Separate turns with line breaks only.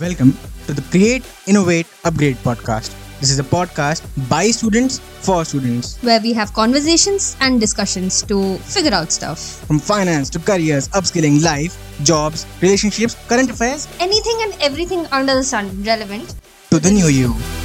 Welcome to the Create, Innovate, Upgrade podcast. This is a podcast by students for students.
where we have conversations and discussions to figure out stuff.
From finance to careers, upskilling, life, jobs, relationships, current affairs
Anything and everything under the sun relevant
to the new you.